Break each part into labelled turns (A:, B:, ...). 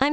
A: I'm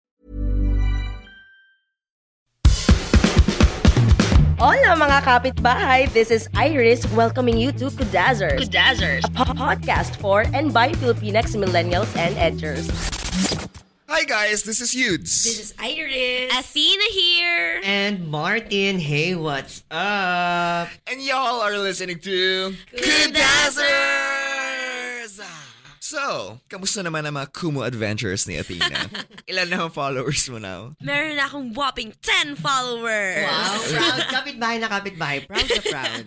B: Hola mga kapitbahay! This is Iris welcoming you to Kudazzers,
C: Kudazzers.
B: a po- podcast for and by Filipinx millennials and edgers.
D: Hi guys, this is Yudes.
C: is Iris.
E: Athena here.
C: And Martin, hey, what's up?
D: and y'all are listening to Kudazzers! So, kamusta naman ang mga Kumu adventures ni Athena? Ilan na ang followers mo now?
E: Meron akong whopping 10 followers.
C: Wow, proud kapitbahay na kapitbahay. Proud na proud.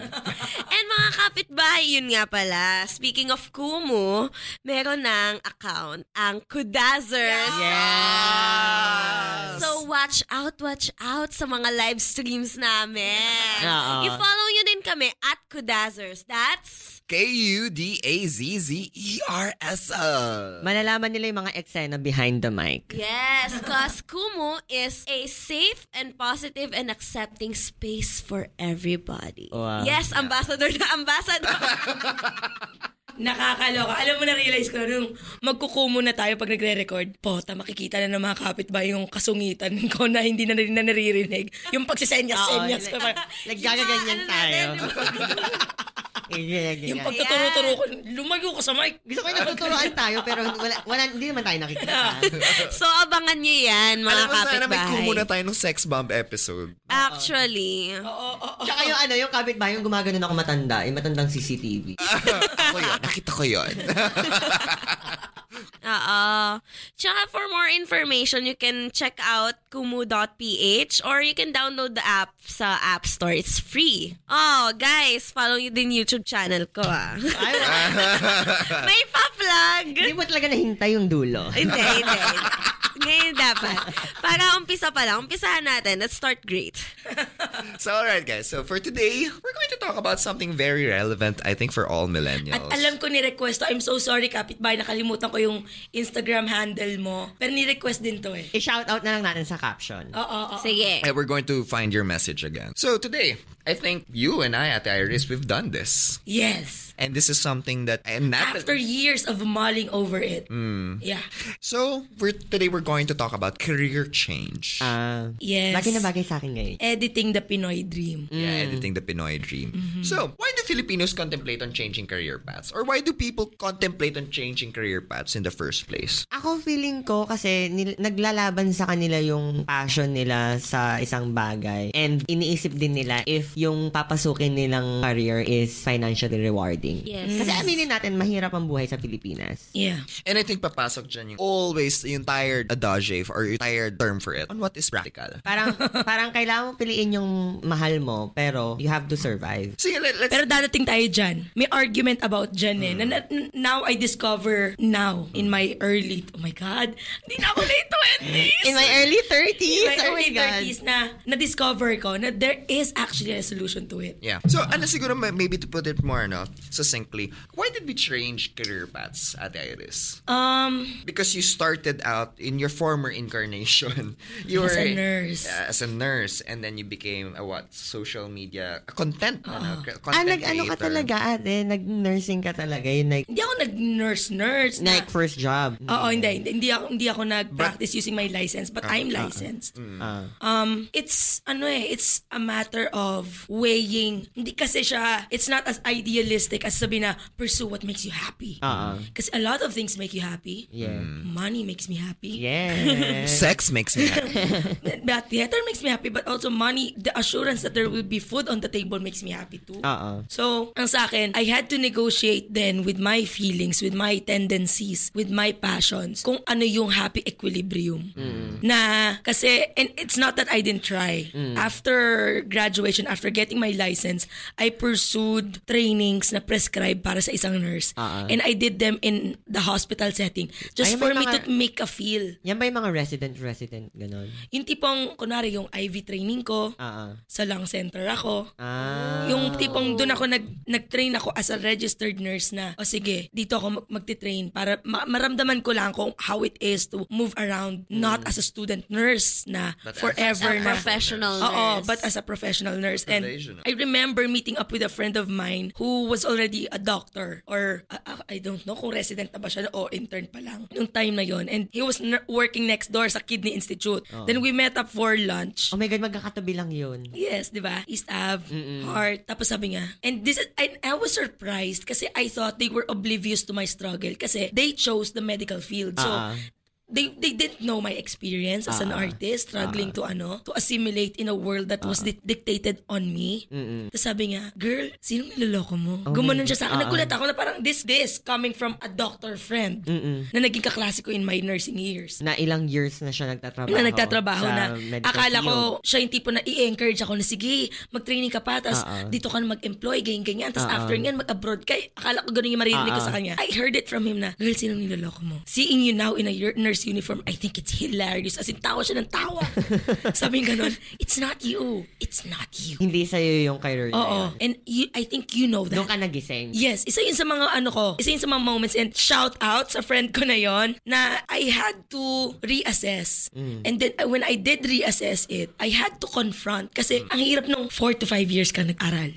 E: And mga kapitbahay, yun nga pala. Speaking of Kumu, meron ng account, ang Kudazzers.
C: Yes!
E: So watch out, watch out sa mga live streams namin.
C: Oo.
E: I-follow nyo din kami at Kudazzers. That's
D: E K-U-D-A-Z-Z-E-R-S-O.
C: Malalaman nila yung mga eksena behind the mic.
E: Yes, because Kumu is a safe and positive and accepting space for everybody.
C: Wow.
E: Yes, ambassador na ambassador.
F: Nakakaloka. Alam mo, na-realize ko nung magkukumo na tayo pag nagre-record. Pota, makikita na ng mga kapitbahay yung kasungitan ko na hindi na rin na naririnig. Yung
E: Ah,
F: pagsisenyas-senyas ko. parang-
C: Nagkakaganyan
E: Oh. Ano
C: tayo.
E: natin?
C: Ganyan, ganyan.
F: Yung pagtuturo-turo ko, lumayo ko sa mic.
C: Gusto ko yung natuturoan tayo pero wala, wala, hindi naman tayo
E: Ah.
C: nakikita.
E: so, abangan nyo yan, mga
D: Alam mo, sana may
E: kapitbahay.
D: Kumu na tayo ng sex bomb episode.
E: Actually.
C: Tsaka yung ano, yung kapitbahay, yung gumagano na ako matanda, yung matandang CCTV.
E: Ah.
D: Ako yun, nakita ko yun.
E: Oo. Tsaka for more information, you can check out kumu.ph or you can download the app sa App Store. It's free. Oh, guys, follow nyo din YouTube channel ko ah.
C: Ay, wala.
E: May pa-plug!
C: Hindi mo talaga nahintay yung dulo.
E: hindi, hindi. Ngayon dapat. Para umpisa pa lang, umpisahan natin. Let's start great.
D: so alright guys, so for today, we're going to talk about something very relevant I think for all millennials.
F: At alam ko ni-request to, I'm so sorry kapitbahay, nakalimutan ko yung Instagram handle mo. Pero ni-request din to eh.
C: I-shout out na lang natin sa caption.
E: Oh. Sige.
D: And we're going to find your message again. So today, I think you and I at Iris, we've done this.
F: Yes.
D: And this is something that I'm not...
F: After years of mulling over it. Yeah.
D: So, we're, today we're going to talk about career change.
C: Ah,
F: Yes.
C: bagay na bagay sa akin ngayon.
F: Editing the Pinoy dream.
D: yeah, editing the Pinoy dream. So, why do Filipinos contemplate on changing career paths? Or why do people contemplate on changing career paths in the first place?
C: Ako feeling ko kasi nil- naglalaban sa kanila yung passion nila sa isang bagay and iniisip din nila if yung papasukin nilang career is financially rewarding.
E: Yes.
C: Kasi aminin natin, mahirap ang buhay sa Pilipinas.
F: Yeah.
D: And I think papasok dyan yung always yung tired adage or yung tired term for it on what is practical.
C: Parang, parang kailangan mo piliin yung mahal mo pero you have to survive.
D: Sige, let, let's...
F: Pero dadating tayo dyan. May argument about dyan eh. Na, na- now I discover now in my early... Oh my God. Hindi na ako late 20s.
C: In my early 30s!
F: my
C: oh my
F: early
C: God.
F: 30s na na-discover ko na there is actually a solution to it.
D: yeah. So, ano siguro, ma- maybe to put it more ano, succinctly, why did we change career paths at Iris?
F: Um,
D: because you started out in your former incarnation. You were
F: As a nurse.
D: Yeah, uh, as a nurse, and then you became a what? Social media a content. ano, c- content
C: Ah, nag-ano ka
D: creator.
C: talaga ate? Nag-nursing ka talaga. Yung like,
F: hindi ako nag-nurse-nurse. na- Oh.
C: like mm. first job.
F: Oo, hindi. Hindi, hindi ako, hindi ako nag-practice using my license, but I'm licensed.
C: Ah.
F: Um, it's, ano eh, it's a matter of weighing. Hindi kasi siya, it's not as idealistic as sabi na, pursue what makes you happy.
C: Ah, ah.
F: Kasi a lot of things make you happy.
C: Yeah.
F: Money makes me happy.
C: Yeah.
D: Sex makes me happy.
F: That theater makes me happy, but also money, the assurance that there will be food on the table makes me happy too.
C: Oo.
F: So, ang sa akin, I had to negotiate then with my feelings, with my tendencies, with my passions, kung ano yung happy equilibrium.
C: Mm.
F: na kasi and it's not that I didn't try. After graduation, after getting my license, I pursued trainings na prescribed para sa isang nurse. And I did them in the hospital setting just
C: Ah. Ay, may
F: for me to
C: mga-
F: make a feel.
C: Yan ba yung mga resident-resident, ganon?
F: Yung tipong, kunwari, yung IV training ko,
C: Ah,
F: sa lung center ako.
C: ah.
F: Yung tipong doon ako nag, nag-train ako as a registered nurse na, o sige, dito ako mag- magti-train para ma- maramdaman ko lang kung how it is to move around, not as a student nurse na
D: But as-
F: forever
E: A
F: na.
E: professional
F: Oo,
E: nurse.
F: but as a professional nurse. And
D: Professional.
F: I remember meeting up with a friend of mine who was already a doctor or uh, uh, I don't know kung resident na ba siya o intern pa lang nung time na yon. And he was ner- working next door sa Kidney Institute.
D: Oh.
F: Then we met up for lunch.
C: Oh my God, magkakatabi lang yun.
F: Yes, di ba? East Ave, Heart. Tapos sabi nga, and this is, I, I was surprised kasi I thought they were oblivious to my struggle kasi they chose the medical field. So,
C: Ah.
F: they they didn't know my experience as an artist struggling to ano to assimilate in a world that was di- dictated on me. Tapos sabi nga, girl, sino niloloko mo? Gumanon siya sa akin. Nagulat ako na parang this this coming from a doctor friend na naging kaklase ko in my nursing years
C: Na ilang years na siya nagtatrabaho.
F: na nagtatrabaho
C: sa
F: na
C: medical
F: akala ko
C: field.
F: siya yung tipo na i-encourage ako na sige mag-training ka pa tapos dito ka na mag-employ ganyan ganyan tapos after nyan mag-abroad ka akala ko ganun yung maririnig ko sa kanya I heard it from him na girl sinong niloloko mo seeing you now in a yer- nurse uniform I think it's hilarious as in tawa siya ng tawa sabi yung ganun it's not you it's not you
C: Hindi sa'yo yung career na
F: oo
C: yun.
F: and you, I think you know that
C: Doon ka nagising.
F: Yes, isa yun sa mga ano ko, isa yun sa mga moments and shout out sa friend ko na yon na I had to reassess. And then uh, when I did reassess it, I had to confront kasi ang hirap nung 4 to 5 years ka nag-aral.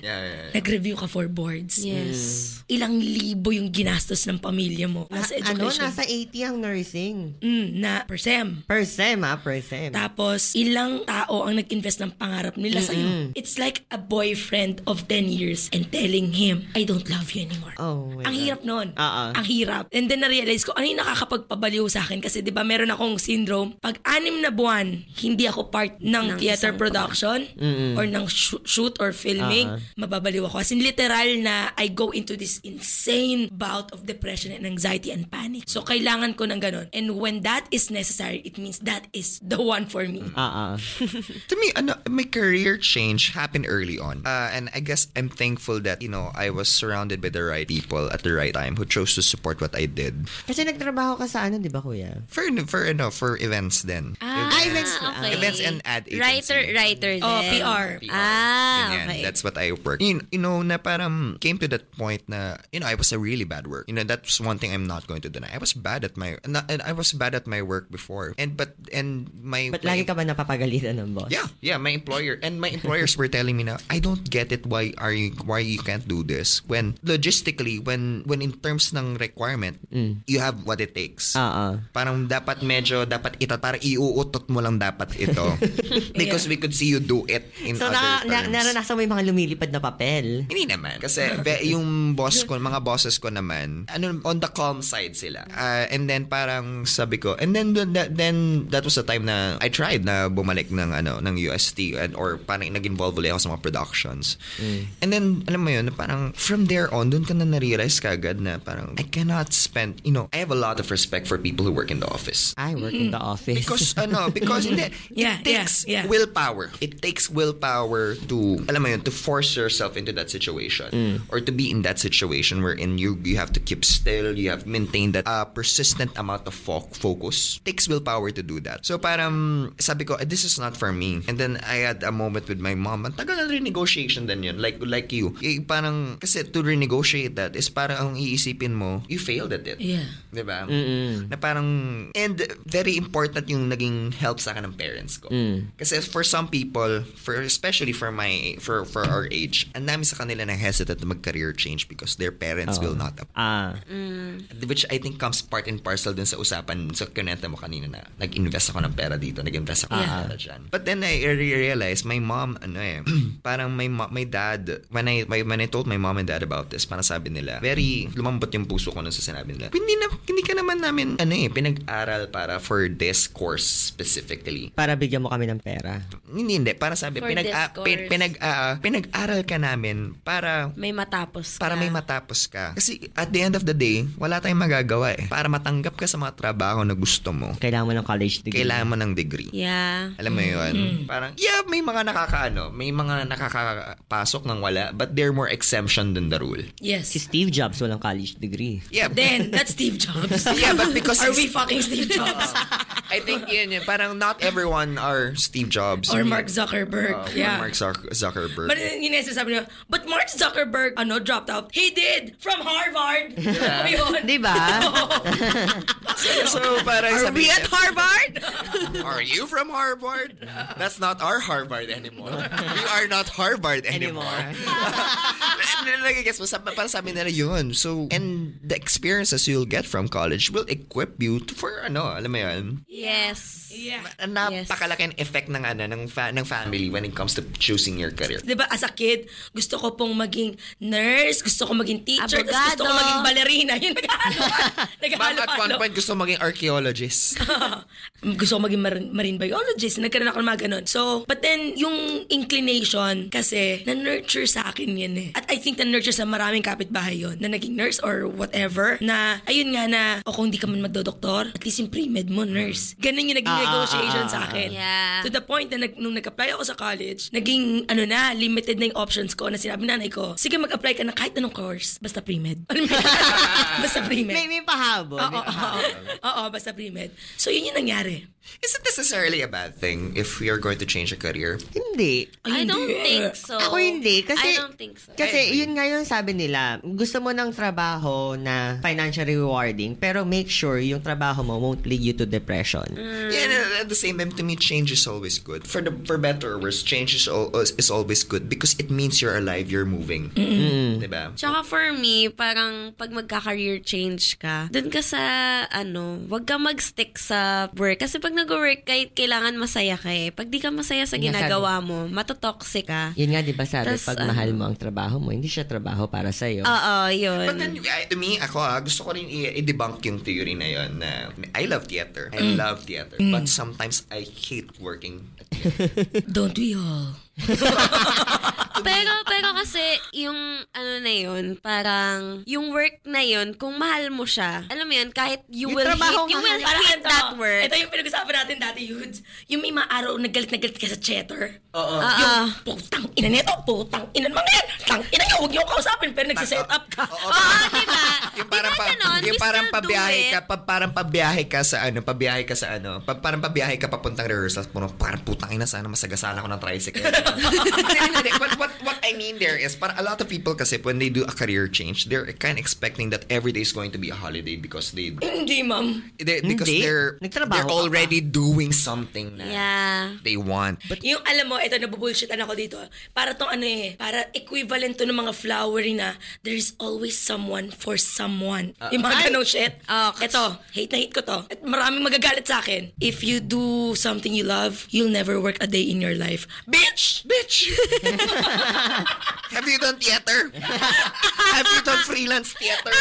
D: Yeah, yeah, yeah.
F: Nag-review ka for boards.
E: Yes.
F: Ilang libo yung ginastos ng pamilya mo para sa
C: Na- ano,
F: education.
C: nasa 80 ang nursing.
F: Mm, na per sem.
C: Per sem, ha? Per sem.
F: Tapos, ilang tao ang nag-invest ng pangarap nila sa iyo. It's like a boyfriend of 10 years and telling him, I don't love you anymore.
C: Oh my
F: ang
C: God.
F: hirap nun.
C: Oo.
F: Ang hirap. And then na-realize ko, ano yung nakakapagpabaliw sa akin? Kasi di ba meron akong syndrome. Pag anim na buwan, hindi ako part ng, theater production or ng shoo- shoot or filming, mababaliw ako. As in literal na I go into this insane bout of depression and anxiety and panic. So kailangan ko ng ganun. And when that is necessary, it means that is the one for me.
C: Ah, ah.
D: to me, ano, my career change happened early on. Uh, and I guess I'm thankful that, you know, I was surrounded by the right people at the right time who chose to support what I did.
C: Kasi nagtrabaho ka sa ano, di ba kuya?
D: For, for, ano, for events then.
E: Ah,
D: events,
E: okay.
D: events and ad agency.
E: Writer, writer din.
F: Oh, PR.
E: Ah,
D: Ganyan.
E: okay.
D: That's what I work. You, you know, na parang came to that point na, you know, I was a really bad work. You know, that's one thing I'm not going to deny. I was bad at my, na- and I was bad at my work before. And, but, and my...
C: Ba't
D: my-
C: lagi ka ba napapagalitan ng boss?
D: Yeah, yeah, my employer and my employers were telling me na I don't get it why are you why you can't do this when logistically when when in terms ng requirement you have what it takes.
C: Mm. Ah, ah.
D: Parang dapat medyo dapat ito para iuutot mo lang dapat ito because we could see you do it in
C: So,
D: other
C: na, na,
D: terms.
C: naranasan mo yung mga lumilipad na papel.
D: Hindi naman. Kasi be- yung boss ko, mga bosses ko naman, ano, on the calm side sila. Ah, and then parang sabi ko, and then th- th- then that was the time na I tried na bumalik ng ano ng UST and or parang nag-involve ulit ako sa mga productions. And then alam mo yun, na parang from there on, dun ka na na-realize kagad na parang I cannot spend, you know, I have a lot of respect for people who work in the office.
C: I work in
F: Hmm.
C: the office.
D: Because ano, because hindi,
F: Yeah,
D: it takes
F: yeah, yeah.
D: willpower. It takes willpower to alam mo yun, to force yourself into that situation
F: Mm.
D: or to be in that situation wherein you you have to keep still, you have maintained that uh, persistent amount of fo- focus. Takes willpower to do that. So parang sabi ko, "Eh, this is not for me. And then I had a moment with my mom. Ang tagal na rin negotiation din yun. Like like you. Eh, parang kasi to renegotiate that is parang ang iisipin mo, you failed at it.
F: Yeah.
D: Di ba? Na parang, and very important yung naging help sa akin ng parents ko. Kasi for some people, for especially for my, for for our age, ang dami sa kanila na hesitant na mag-career change because their parents will not approve.
C: Ah,
D: Which I think comes part and parcel dun sa usapan sa kinenta mo kanina na nag-invest ako ng pera dito, nag-invest ako ng pera dyan. But then I realized my mom, ano eh, parang my, mo- my dad, when I, my, when I told my mom and dad about this, parang sabi nila, very lumambot yung puso ko nun sa sinabi nila. Hindi, na, hindi ka naman namin, ano eh, pinag-aral para for this course specifically.
C: para bigyan mo kami ng pera.
D: Hindi, hindi. Para sabi,
E: For
D: pinag,
E: this
D: a, pin-
E: course.
D: pinag, a- pinag-aral ka namin para
E: May matapos
D: para
E: ka.
D: may matapos ka. Kasi at the end of the day, wala tayong magagawa eh. Para matanggap ka sa mga trabaho na gusto mo,
C: Kailangan mo ng college degree.
D: kailangan mo ng degree.
E: Yeah.
D: Alam
F: Mm.
D: mo yun? Parang, yeah, may mga nakakaano, may mga nakakapasok ng wala, but they're more exemption than the rule.
F: Yes.
C: Si Steve Jobs walang college degree.
D: Yeah,
F: Then, that's Steve Jobs.
D: Yeah, but because-
F: Are we fucking Steve Jobs?
D: I think yun yun. Parang not everyone are Steve Jobs.
F: Or Mark Zuckerberg?
D: Uh, or
F: yeah.
D: Mark Zuck- Zuckerberg.
F: But yun yun yung sinasabi niya, but Mark Zuckerberg, ano, dropped out. He did! From Harvard! Ano yun?
C: Di
D: Diba?
C: ba?
D: so, parang
F: Are we
D: sabi
F: at
D: niya,
F: Harvard?
D: Are you from Harvard? That's not our Harvard anymore. We are not Harvard anymore. Nagigets mo, sabi, parang sabi nila yun. So, and the experiences you'll get from college will equip you to, for ano, alam mo yun,
E: Yes.
F: yeah.
D: napakalaking effect ng, ano, ng, fa- ng family when it comes to choosing your career.
F: Di ba, Diba, as a kid, gusto ko pong maging nurse, gusto ko maging teacher, tas gusto ko
E: Abogado.
F: maging ballerina. Yun, ano?
D: Ma'am,
F: naghahalo. naghahalo
D: at one point, gusto maging archaeologist.
F: gusto ko maging marine, marine biologist. Nagkaroon ako ng mga ganun. So, but then, yung inclination, kasi, na-nurture sa akin yan eh. At I think na-nurture sa maraming kapitbahay yon na naging nurse or whatever, na, ayun nga na, o kung hindi ka man magdodoktor, at least yung pre-med mo, nurse. Ganun yung naging negotiation sa akin.
E: Yeah.
F: To the point na nag, nung nag-apply ako sa college, naging, ano na, limited na yung options ko na sinabi nanay ko, sige mag-apply ka na kahit anong course, basta pre-med. Alam mo yun? basta pre-med.
C: may, may pahabol.
F: Oo, oo, oo, basta pre-med. So, yun yung nangyari.
D: Isn't necessarily a bad thing if we are going to change a career?
C: Hindi.
E: I don't
F: Hindi.
E: think so.
C: Ako hindi. Kasi,
E: I don't think so.
C: Kasi yun nga yung sabi nila, gusto mo ng trabaho na financially rewarding, pero make sure yung trabaho mo won't lead you to depression.
D: Yeah, and uh, at- at the same time, to me, change is always good. For the for better or worse, change is, al- uh, is always good because it means you're alive, you're moving. Diba?
E: Tsaka for me, parang pag magka-career change ka, dun ka sa, ano, wag ka mag-stick sa work. Kasi pag nag-work ka, eh, kailangan masaya ka eh. Pag di ka masaya sa
C: Yun nga
E: ginagawa mo, matotoxic ka.
C: Yun nga, di ba sabi,
E: Tas, Ah.
C: pag
E: ano,
C: mahal mo ang trabaho mo, hindi siya trabaho para sa'yo.
E: Oo, yun.
D: But then, I- to me, ako ah, gusto ko rin i- i-debunk yung theory na yun na I love theater. I love theater. But sometimes I hate working.
F: Don't we all?
E: Pero, pero kasi, yung ano na yun, parang, yung work na yun, kung mahal mo siya, alam mo yun, kahit you
C: Yung
E: will
C: trabaho
E: hate,
C: nga
E: you will
C: yun.
F: Parang
E: hate
F: ito,
E: that work.
F: Ito yung pinag-usapan natin dati, Yudes. Yung may mga araw nagalit na galit ka sa cheddar. Oo. Yung putang ina nito, putang ina mga yan. Tang ina niyo, huwag niyo ako kausapin. Pero nagsiset up ka.
D: Oo,
E: Oo, diba?
D: yung parang,
E: diba
D: pa,
E: ganon?
D: yung
E: We
D: parang
E: still do
D: pabiyahe
E: it.
D: ka, pa, parang pabiyahe ka sa ano, pabiyahe ka sa ano, pa, parang pabiyahe ka papuntang rehearsal, puno, parang putang ina, sana masagasala ko ng tricycle. Hindi, hindi, hindi. But what, what I mean there is, parang a lot of people kasi when they do a career change, they're kind of expecting that every day is going to be a holiday because they,
F: Hindi, ma'am.
D: they- because
C: Hindi.
D: they're,
C: Nagtrabaho
D: they're
C: ka pa.
D: already doing something na
E: Yeah.
D: they want.
F: But yung alam mo, ito, nabubullshitan ako dito. Para tong ano eh, para equivalent to ng mga flowery na there's always someone for someone. yung mga ganong shit. ito, hate na hate ko to. At maraming magagalit sa akin. If you do something you love, you'll never work a day in your life. Bitch!
D: Bitch! Have you done theater? Have you done freelance theater?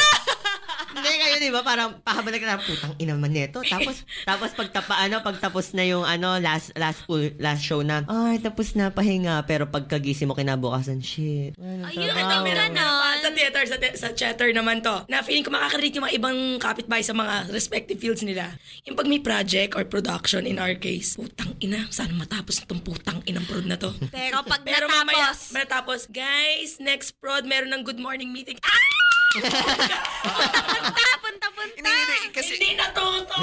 C: Hindi kayo, di ba? Parang pahabalik na, putang ina man nito. Tapos, tapos pagtapa, ano, pagtapos na yung, ano, last, last school, last show na, ay, tapos na, pahinga. Pero pagkagising mo kinabukasan, shit. Ano? Ay,
F: Yun ang ito, meron na. Sa theater, sa, te- sa chatter naman to. Na feeling ko makakarelate yung mga ibang kapitbahay sa mga respective fields nila. Yung pag may project or production in our case, putang ina, sana matapos itong putang inang prod na to.
E: Pero pag
F: Pero mamaya,
E: natapos,
F: matapos, guys, next prod, meron ng good morning meeting. Ah!
E: punta, punta, punta.
D: Hindi, hindi, kasi,
F: Hindi na to, to.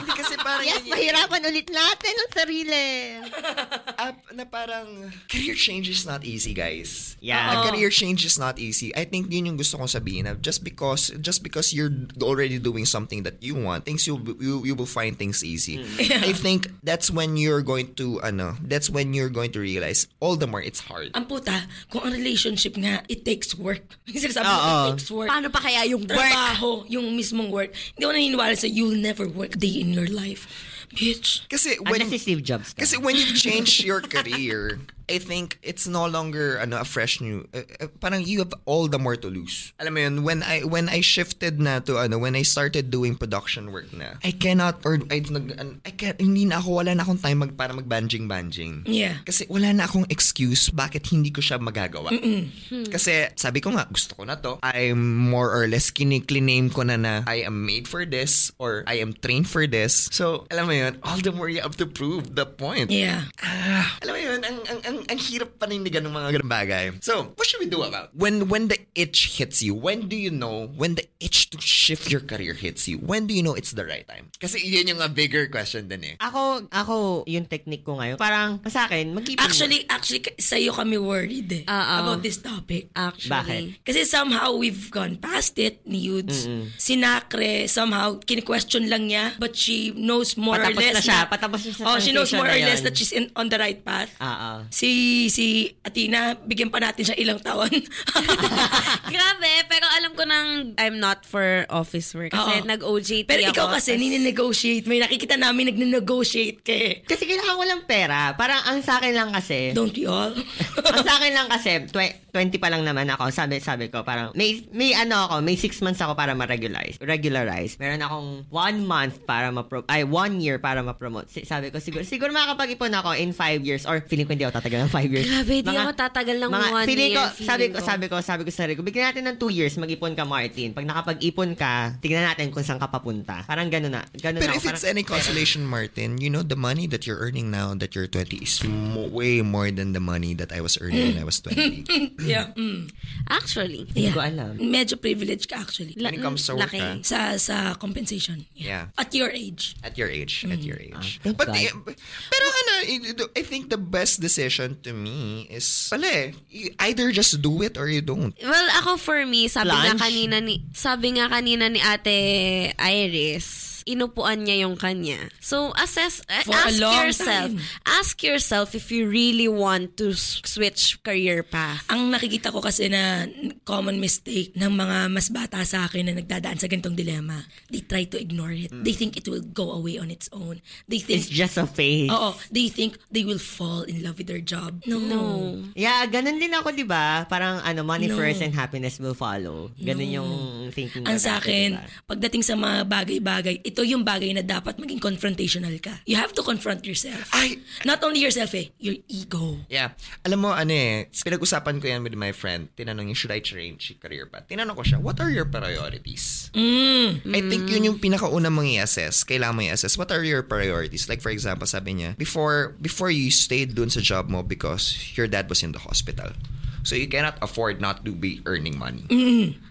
D: hindi kasi parang
C: Yes,
D: yun-
C: mahirapan ulit natin ang sarili.
D: up ah, na parang career change is not easy, guys.
C: Yeah.
D: A career change is not easy. I think yun yung gusto kong sabihin na just because just because you're already doing something that you want, things you you, you will find things easy. I think that's when you're going to ano, that's when you're going to realize all the more it's hard.
F: ang puta, kung ang relationship nga, it takes work. Yung sinasabi ko,
C: Oo.
F: it takes work.
E: Paano pa kaya yung work?
F: Trabaho, yung mismong work. Hindi ako naniniwala sa you'll never work a day in your life. Bitch.
D: Kasi
C: Ano
D: when
C: si Steve Jobs ka?
D: kasi when you change your career, I think it's no longer ano, a fresh new uh, uh, parang you have all the more to lose. Alam mo yun, when I when I shifted na to ano, when I started doing production work na, I cannot or I, nag- an- I can, hindi na ako wala na akong time mag para magbanjing banjing.
F: Yeah.
D: Kasi wala na akong excuse bakit hindi ko siya magagawa. Kasi sabi ko nga gusto ko na to. I'm more or less kinikliname ko na na I am made for this or I am trained for this. So, alam mo yun, all the more you have to prove the point.
F: Yeah.
D: Alam mo yun, ang, ang, ang, ang hirap panindigan ng mga ganung bagay. So, what should we do about? When when the itch hits you, when do you know when the itch to shift your career hits you? When do you know it's the right time? Kasi yun yung a bigger question din eh.
C: Ako, ako, yung technique ko ngayon, parang sa akin, mag-ipon
F: Actually, actually, sa'yo kami worried eh.
E: Oo.
F: About this topic.
E: Actually.
F: Kasi somehow we've gone past it ni Yudes. Sinakre, somehow, kini-question lang niya. But she knows more
C: Patapos
F: or less
C: na siya. Patapos na siya sa
F: Oh, she knows
C: transition
F: more
C: na
F: or
C: yun.
F: less that she's in, on the right path.
C: Ah, ah.
F: Si si Atina, bigyan pa natin siya ilang taon.
E: Grabe, pero alam ko nang I'm not for office work. Kasi
F: Oo.
E: nag-OJT
F: Pero
E: ako.
F: ikaw kasi,
E: Tas-
F: nini-negotiate. May nakikita namin nagne-negotiate ka eh.
C: Kasi kailangan ko lang pera. Parang ang sa akin lang kasi,
F: Don't we all?
C: ang sa akin lang kasi, twe- 20 pa lang naman ako. Sabi, sabi ko, parang, may, may ano ako, may 6 months ako para ma-regularize. Regularize. Meron akong 1 month para ma-promote. Ay, 1 year para ma-promote. Si- sabi ko, siguro, siguro makakapag-ipon ako in 5 years. Or, feeling ko hindi ako tatagal ng 5 years.
E: Grabe, di ako tatagal ng one
C: feeling
E: year,
C: Ko,
E: feeling
C: sabi ko,
E: ko.
C: sabi ko, sabi ko sa sarili ko, bigyan natin ng 2 years, mag-ipon ka, Martin. Pag nakapag-ipon ka, tignan natin kung saan ka papunta. Parang gano'n na. Ganun na
D: But
C: ako.
D: if it's
C: Parang-
D: any consolation, Martin, you know, the money that you're earning now that you're 20 is mo- way more than the money that I was earning when I was 20.
F: yeah. Mm.
E: Actually.
C: Hindi ko alam.
F: Medyo privileged ka actually.
E: La-
D: When it comes to work,
E: laki.
D: ah.
F: sa sa compensation.
D: Yeah.
F: At your age.
D: At your age, at your age.
C: Oh, thank
D: but,
C: God.
D: eh, but- pero ano, eh, I think the best decision to me is, wala eh, you either just do it or you don't.
E: Well, ako for me, sabi
C: Lunch?
E: nga kanina ni sabi nga kanina ni Ate Iris, inupuan niya yung kanya. So, assess eh,
F: For a
E: ask
F: long
E: yourself.
F: time.
E: Ask yourself if you really want to s- switch career path.
F: Ang nakikita ko kasi na common mistake ng mga mas bata sa akin na nagdadaan sa ganitong dilemma, they try to ignore it. They think it will go away on its own. They
C: Mm. It's
F: think,
C: just a phase.
F: oo, they think they will fall in love with their job. No.
C: Yeah, ganun din ako, di ba? Parang ano, money
F: No.
C: first and happiness will follow. Ganun yung thinking
F: Ang
C: na
F: sa
C: dati,
F: akin,
C: di ba?
F: pagdating sa mga bagay-bagay, ito yung bagay na dapat maging confrontational ka. You have to confront yourself.
D: Ay!
F: Not only yourself eh, your ego.
D: Yeah. Alam mo, ano eh, pinag-usapan ko yan with my friend. Tinanong niya, should I change career path? Tinanong ko siya, what are your priorities? I think yun yung pinakauna mong i-assess. Kailangan mo i-assess. What are your priorities? Like for example, sabi niya, before, before you stayed dun sa job mo because your dad was in the hospital. So you cannot afford not to be earning money.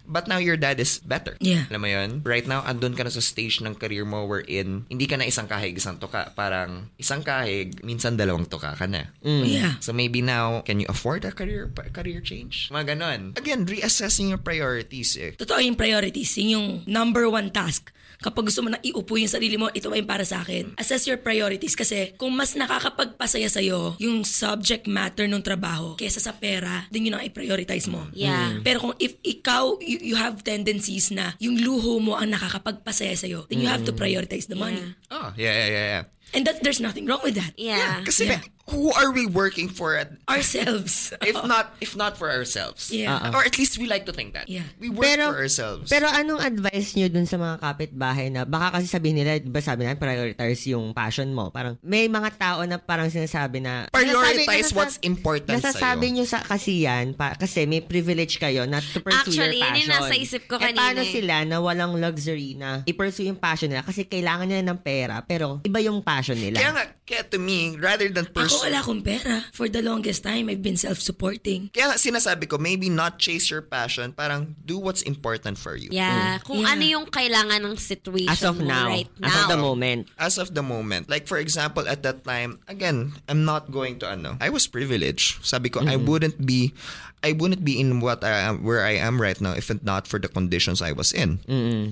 D: But now your dad is better.
F: Yeah.
D: Alam mo yun? Right now, andun ka na sa stage ng career mo wherein hindi ka na isang kahig, isang tuka. Parang isang kahig, minsan dalawang tuka ka na.
F: Yeah.
D: So maybe now, can you afford a career career change? Mga ganon. Again, reassessing your priorities eh.
F: totoo yung priorities. Yun yung number one task. Kapag gusto mo na iupo yung sarili mo, ito ba yung para sa akin? Assess your priorities kasi kung mas nakakapagpasaya sa'yo yung subject matter ng trabaho kesa sa pera, then yun ang i-prioritize mo.
E: Yeah. Mm.
F: Pero kung if ikaw, you, you have tendencies na yung luho mo ang nakakapagpasaya sa'yo, then you have
E: Mm.
F: to prioritize the money.
D: Oh, yeah, yeah, yeah, yeah.
F: And that there's nothing wrong with that.
E: Yeah.
D: Kasi who are we working for at
F: Ourselves.
D: if not if not for ourselves?
E: Uh,
F: Yeah.
D: Or at least we like to think that.
F: Yeah.
D: We work
C: Pero-
D: for ourselves.
C: Pero anong advice nyo dun sa mga kapitbahay na baka kasi sabihin nila, di ba sabi na prioritize yung passion mo. Parang may mga tao na parang sinasabi na
D: Prioritize
C: Nasasabi- nasasa-
D: what's important
C: Nasasabi
D: sa'yo.
C: nyo sa kasi yan pa, kasi may privilege kayo not to pursue your
E: Actually, yun
C: passion.
E: yung nasa isip ko
C: Eh,
E: kanina
C: paano
E: eh.
C: sila na walang luxury na i-pursue yung passion nila kasi kailangan nila ng pera pero iba yung passion nila.
D: Kaya nga, kaya to me, rather than
F: Ako
D: pursue,
F: wala akong pera. For the longest time, I've been self-supporting.
D: kaya nga sinasabi ko, maybe not chase your passion, parang do what's important for you.
E: Yeah, kung
F: Yeah.
E: ano yung kailangan ng situation
C: Mm. As of
E: mo
C: now.
E: right now.
C: As of the moment.
D: As of the moment, like for example, at that time, again, I'm not going to ano. I was privileged. Sabi ko, I wouldn't be, I wouldn't be in what I am, where I am right now if it not for the conditions I was in.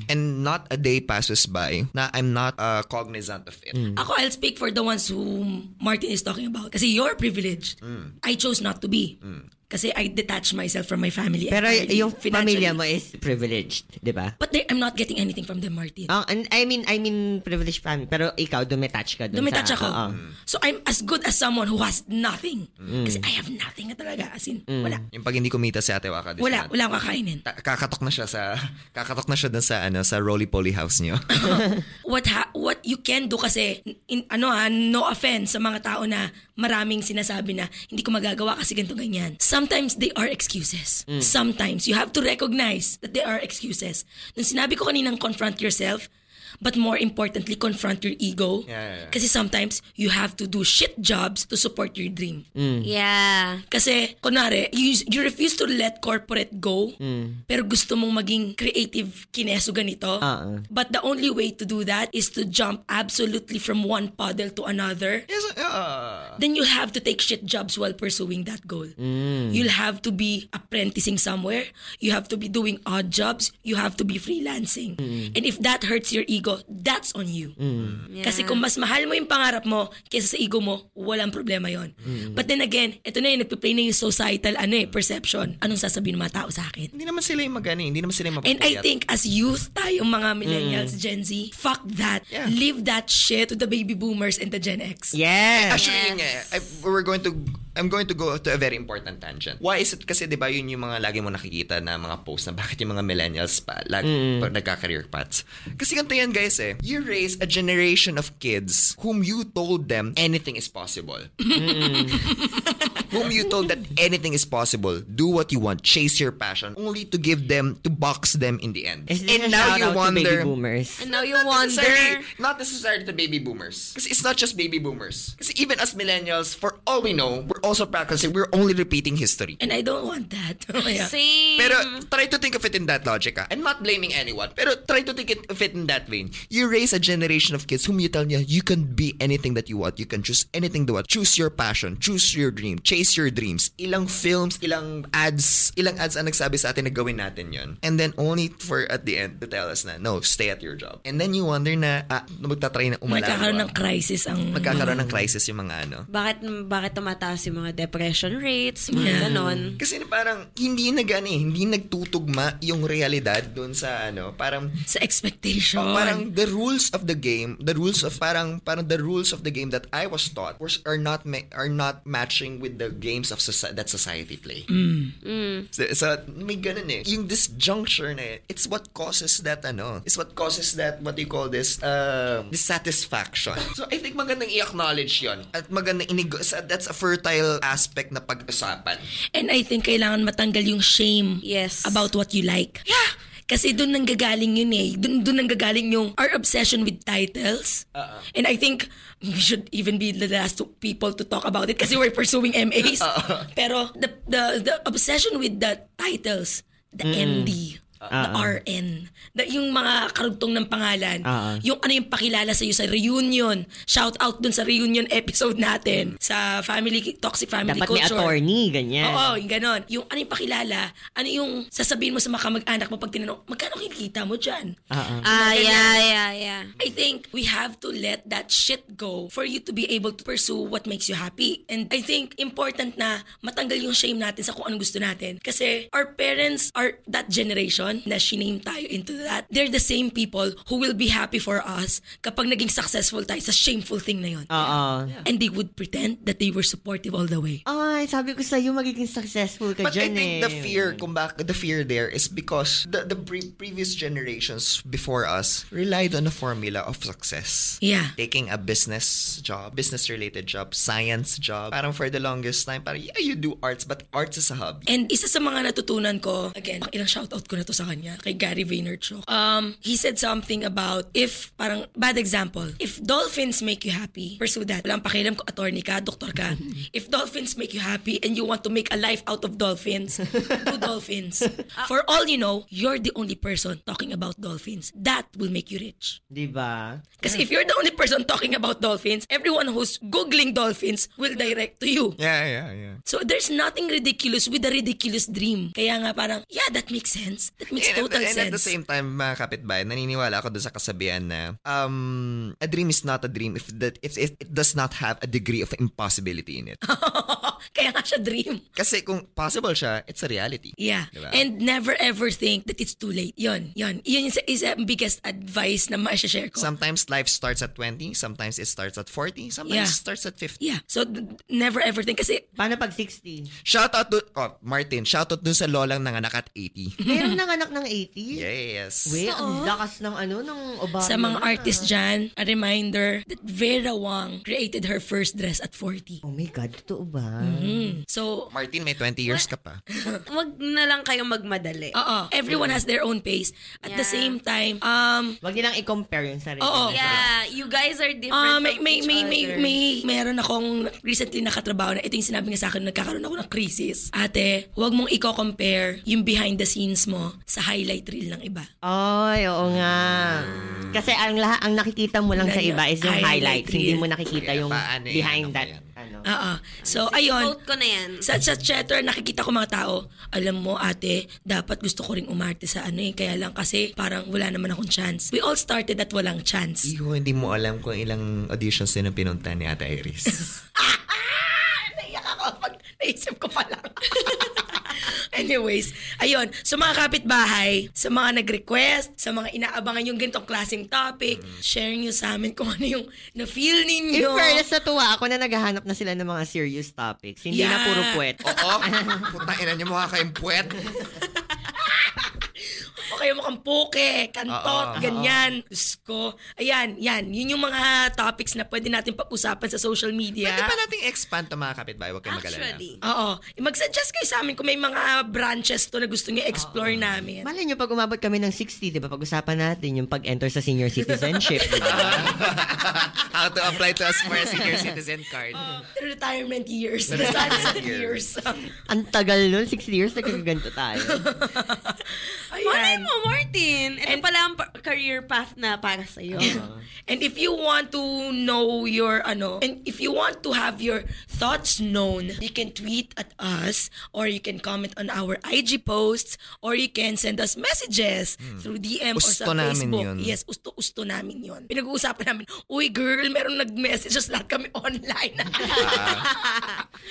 D: And not a day passes by na I'm not uh, cognizant of it.
F: Ako, I'll speak for the ones who Martin is talking about. Kasi you're privileged. I chose not to be. Kasi I detach myself from my family.
C: Pero y-
F: entirely,
C: yung
F: Eh, financially.
C: pamilya mo is privileged, di ba?
F: But they- I'm not getting anything from them, Martin.
C: Oh, and I mean, I mean privileged family. Pero ikaw, dumetouch ka dun
F: Dumitouch
C: sa...
F: ako.
C: Oo.
F: So I'm as good as someone who has nothing.
C: Mm.
F: Kasi I have nothing na talaga. As in, wala.
D: Yung pag hindi kumita si Ate Waka this
F: Wala,
D: month,
F: wala akong kakainin.
D: ta- kakatok na siya sa kakatok na siya dun sa ano sa Roly Poly house niyo.
F: What ha- what you can do kasi in, ano ha, no offense sa mga tao na maraming sinasabi na hindi ko magagawa kasi ganito ganyan. Sometimes they are excuses.
D: Mm.
F: Sometimes you have to recognize that they are excuses. Nung sinabi ko kaninang confront yourself, but more importantly confront your ego
D: Yeah, yeah, yeah.
F: kasi sometimes you have to do shit jobs to support your dream.
E: Yeah.
F: Kasi, kunwari, you, you refuse to let corporate go, pero gusto mong maging creative kineso ganito.
C: Oo.
F: But the only way to do that is to jump absolutely from one puddle to another.
D: yes, ah.
F: Then you'll have to take shit jobs while pursuing that goal. You'll have to be apprenticing somewhere. You have to be doing odd jobs. You have to be freelancing. And if that hurts your ego, that's on you. Kasi kung mas mahal mo yung pangarap mo kaysa sa ego mo, walang problema yon. But then again, ito na yun, nagpe-play na yung societal ano eh, perception. Anong sasabihin ng mga tao sa akin?
D: hindi naman sila yung magani, hindi naman sila yung
F: And I
D: mapapayat.
F: think as youth tayong mga millennials, Gen Z, fuck that.
D: Yeah.
F: Leave that shit to the baby boomers and the Gen X.
C: Yes!
D: Actually, yun nga eh. I- we're going to, I'm going to go to a very important tangent. Why is it, kasi di ba yun yung mga lagi mo nakikita na mga post na bakit yung mga millennials pa, lag, pa nagka-career paths. Kasi ganito yan guys eh, you raise a generation of kids whom you told them anything is possible. whom you told that anything is possible, do what you want, chase your passion, only to give them, to box them in the end.
C: Is this a shout out to baby boomers?
E: And now you
D: Not necessarily-
E: wonder.
D: Not necessarily the baby boomers. Kasi it's not just baby boomers. Kasi even as millennials, for all we know, we're also practicing, we're only repeating history.
F: And I don't want that. Oh, Yeah.
E: Same.
D: Pero try to think of it in that logic. ah. I'm not blaming anyone. Pero try to think it- of it in that vein. You raise a generation of kids whom you tell niya, you can be anything that you want. You can choose anything you want. Choose your passion. Choose your dream. Chase your dreams. Ilang films, ilang ads, ilang ads ang nagsabi sa atin na gawin natin yon. And then only for at the end to tell us na, no, stay at your job. And then you wonder na, ah, magtatry na umalawa.
F: Magkakaroon ng crisis ang...
D: Magkakaroon ng crisis yung mga ano.
E: bakit bakit tumataas yung mga depression rates, mga ganon.
D: Kasi parang hindi nag ano eh, hindi nagtutugma yung realidad doon sa ano, parang
F: sa expectation.
D: Oh, parang the rules of the game, the rules of parang parang the rules of the game that I was taught was are not ma- are not matching with the games of soci- that society play. So, so may ganun eh. Yung disjuncture na eh, it's what causes that ano, it's what causes that what do you call this um dissatisfaction. So I think magandang i-acknowledge 'yon at magandang inig sa- that's a fertile aspect na pag-usapan.
F: And I think kailangan matanggal yung shame
E: Yes.
F: about what you like. Yeah. Kasi doon nang gagaling yun eh. Doon doon nang gagaling yung our obsession with titles. And I think we should even be the last two people to talk about it kasi we're pursuing MAs. Pero the, the the obsession with the titles, the MD, the RN, the, yung mga karugtong ng pangalan, yung ano yung pakilala sa'yo sa reunion. Shout out dun sa reunion episode natin sa family toxic family
C: Dapat may
F: culture.
C: attorney, ganyan.
F: Oo, yung ganon. Yung ano yung pakilala, ano yung sasabihin mo sa mga kamag-anak mo pag tinanong, magkano kinikita mo dyan?
E: Ah, yeah, yeah, yeah.
F: I think we have to let that shit go for you to be able to pursue what makes you happy. And I think important na matanggal yung shame natin sa kung anong gusto natin. Kasi our parents are that generation na shiname tayo into that. They're the same people who will be happy for us kapag naging successful tayo sa shameful thing na yun.
E: Ah.
C: Oo.
F: And they would pretend that they were supportive all the
E: Ah.
F: way.
C: Ay, sabi ko sa'yo, magiging successful ka
D: But I
C: dyan eh.
D: think the fear, kung bak- the fear there is because the, the pre- previous generations before us relied on a formula of success.
F: Yeah.
D: Taking a business job, business-related job, science job. Parang for the longest time, parang, yeah, you do arts, but arts is a hobby.
F: And isa sa mga natutunan ko, again, ilang shoutout ko na to sa kanya, kay Gary Vaynerchuk. Um, he said something about if, parang, bad example, if dolphins make you happy, pursue that. Walang pakialam ko, attorney ka, doktor ka. if dolphins make you happy and you want to make a life out of dolphins, do dolphins. For all you know, you're the only person talking about dolphins. That will make you rich.
C: Diba?
F: Kasi if you're the only person talking about dolphins, everyone who's googling dolphins will direct to you.
D: Yeah, yeah, yeah.
F: So there's nothing ridiculous with a ridiculous dream. Kaya nga parang, yeah, that makes sense. That makes
D: and, at
F: total
D: the- and
F: sense.
D: at the same time, mga kapitbahay, naniniwala ako doon sa kasabihan na um, a dream is not a dream if that if, if it does not have a degree of impossibility in it.
F: Kaya kaya nga siya dream.
D: Kasi kung possible siya, it's a reality.
F: Yeah.
D: Diba?
F: And never ever think that it's too late. Yun, yun. Yun is, is ang biggest advice na ma-share ko.
D: Sometimes life starts at 20, sometimes it starts at 40, sometimes
F: Yeah.
D: it starts at 50.
F: yeah. So, d- never ever think. Kasi,
C: Paano pag 60?
D: Shout out to oh, Martin, shout out dun sa lolang nanganak at 80.
C: Meron ng anak ng 80? Mm-hmm.
D: Yes.
C: Wait, ang lakas ng ano, ng obama.
F: sa mga
C: na.
F: artists dyan, a reminder that Vera Wang created her first dress at 40.
C: Oh my God, totoo ba?
F: Mm-hmm. So,
D: Martin, may 20 years ka pa.
E: Huwag na lang kayong magmadali.
F: oo. Everyone has their own pace. At the
E: Yeah.
F: same time, um,
C: Wag nilang i-compare yung sarili.
E: Oh.
F: Oo.
C: nila.
E: Yeah, you guys are different
F: Ah,
E: from
F: may, may,
E: each
F: may, may,
E: other.
F: may, meron akong recently nakatrabaho na ito yung sinabi niya sa akin, nagkakaroon ako ng crisis. Ate, huwag mong i-compare yung behind the scenes mo sa highlight reel ng iba.
C: Ay, oo nga.
D: Hmm.
C: Kasi ang lahat ang nakikita mo lang sa iba is yung
F: Highlight
C: highlights. Hindi
F: reel.
C: mo nakikita yung
D: Paano yan?
C: behind
D: Ano
C: that.
D: ba yan?
C: Ano.
F: Oo. Ah, So, ayun.
E: Quote ko na yan.
F: Sa, sa chatter, nakikita ko mga tao, alam mo ate, dapat gusto ko ring umarte sa ano eh, kaya lang kasi parang wala naman akong chance. We all started at walang chance.
D: Iho, hindi mo alam kung ilang auditions din ang pinunta ni Ate Iris.
F: Ah! Naiyak ako pag naisip ko pa lang. Anyways, ayun. So mga kapitbahay, sa mga nag-request, sa mga inaabangan yung ganitong klaseng topic, share nyo sa amin kung ano yung na-feel
C: In
F: ninyo.
C: fairness, natuwa ako na naghahanap na sila ng mga serious topics. Hindi na
F: Yeah.
C: puro puwet. Oh,
D: Oo, Oh, puta ina niyo mukha kayong puwet.
F: O kayo mukhang poke, kantot, ganyan. Diyos ko. Ayan, yan. Yun yung mga topics na pwede natin pag-usapan sa social media.
D: Pwede pa nating expand to mga kapitbahay, huwag kayong mag-alala.
E: Actually.
F: Oo. Mag-suggest kayo sa amin kung may mga branches to na gusto nyo explore namin.
C: Malay nyo, pag umabot kami ng 60, di ba, pag-usapan natin yung pag-enter sa senior citizenship. di ba?
D: How to apply to us for a senior citizen card.
F: Retirement years. The sunset years.
C: Ang tagal nun, 60 years, nagkaganto tayo.
E: Malay
F: Ayan.
E: Ano mo, Martin. Ito pala ang pa- career path na para sa'yo.
F: And if you want to know your ano, and if you want to have your thoughts known, you can tweet at us or you can comment on our IG posts or you can send us messages through DM or sa
D: Gusto namin
F: Facebook.
D: yun.
F: Yes, gusto gusto namin 'yon. Pinag-uusapan namin, "Uy girl, merong nag-message us lahat kami online."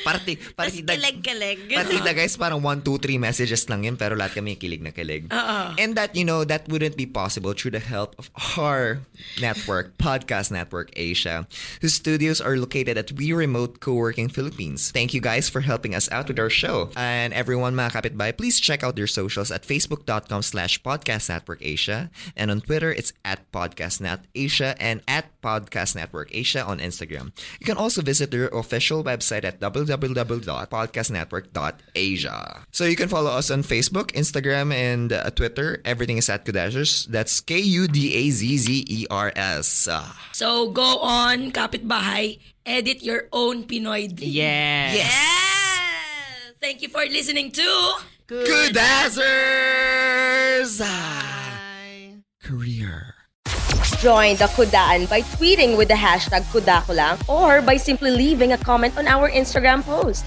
D: Party,
E: Tapos
D: party
E: kilig-kilig.
D: Partida guys, parang 1, 2, 3 messages lang yun pero lahat kami kilig na kilig. And that, you know, that wouldn't be possible through the help of our network, Podcast Network Asia, whose studios are located at We Remote Co-working Philippines. Thank you guys for helping us out with our show. And everyone, mga kapitbahay, please check out their socials at facebook.com slash podcast network Asia. And on Twitter, it's at podcast net Asia and at podcast network Asia on Instagram. You can also visit their official website at www.podcastnetwork.asia. So you can follow us on Facebook, Instagram, and uh, Twitter. Everything is at Kudashers. That's K U D A Z Z E R S. Ah.
F: so go on, kapitbahay, edit your own Pinoy dream.
C: Yes.
E: Yes!
F: Thank you for listening to
D: Kudashers! Ah. Career.
B: Join the Kudaan by tweeting with the hashtag Kudakulang or by simply leaving a comment on our Instagram post.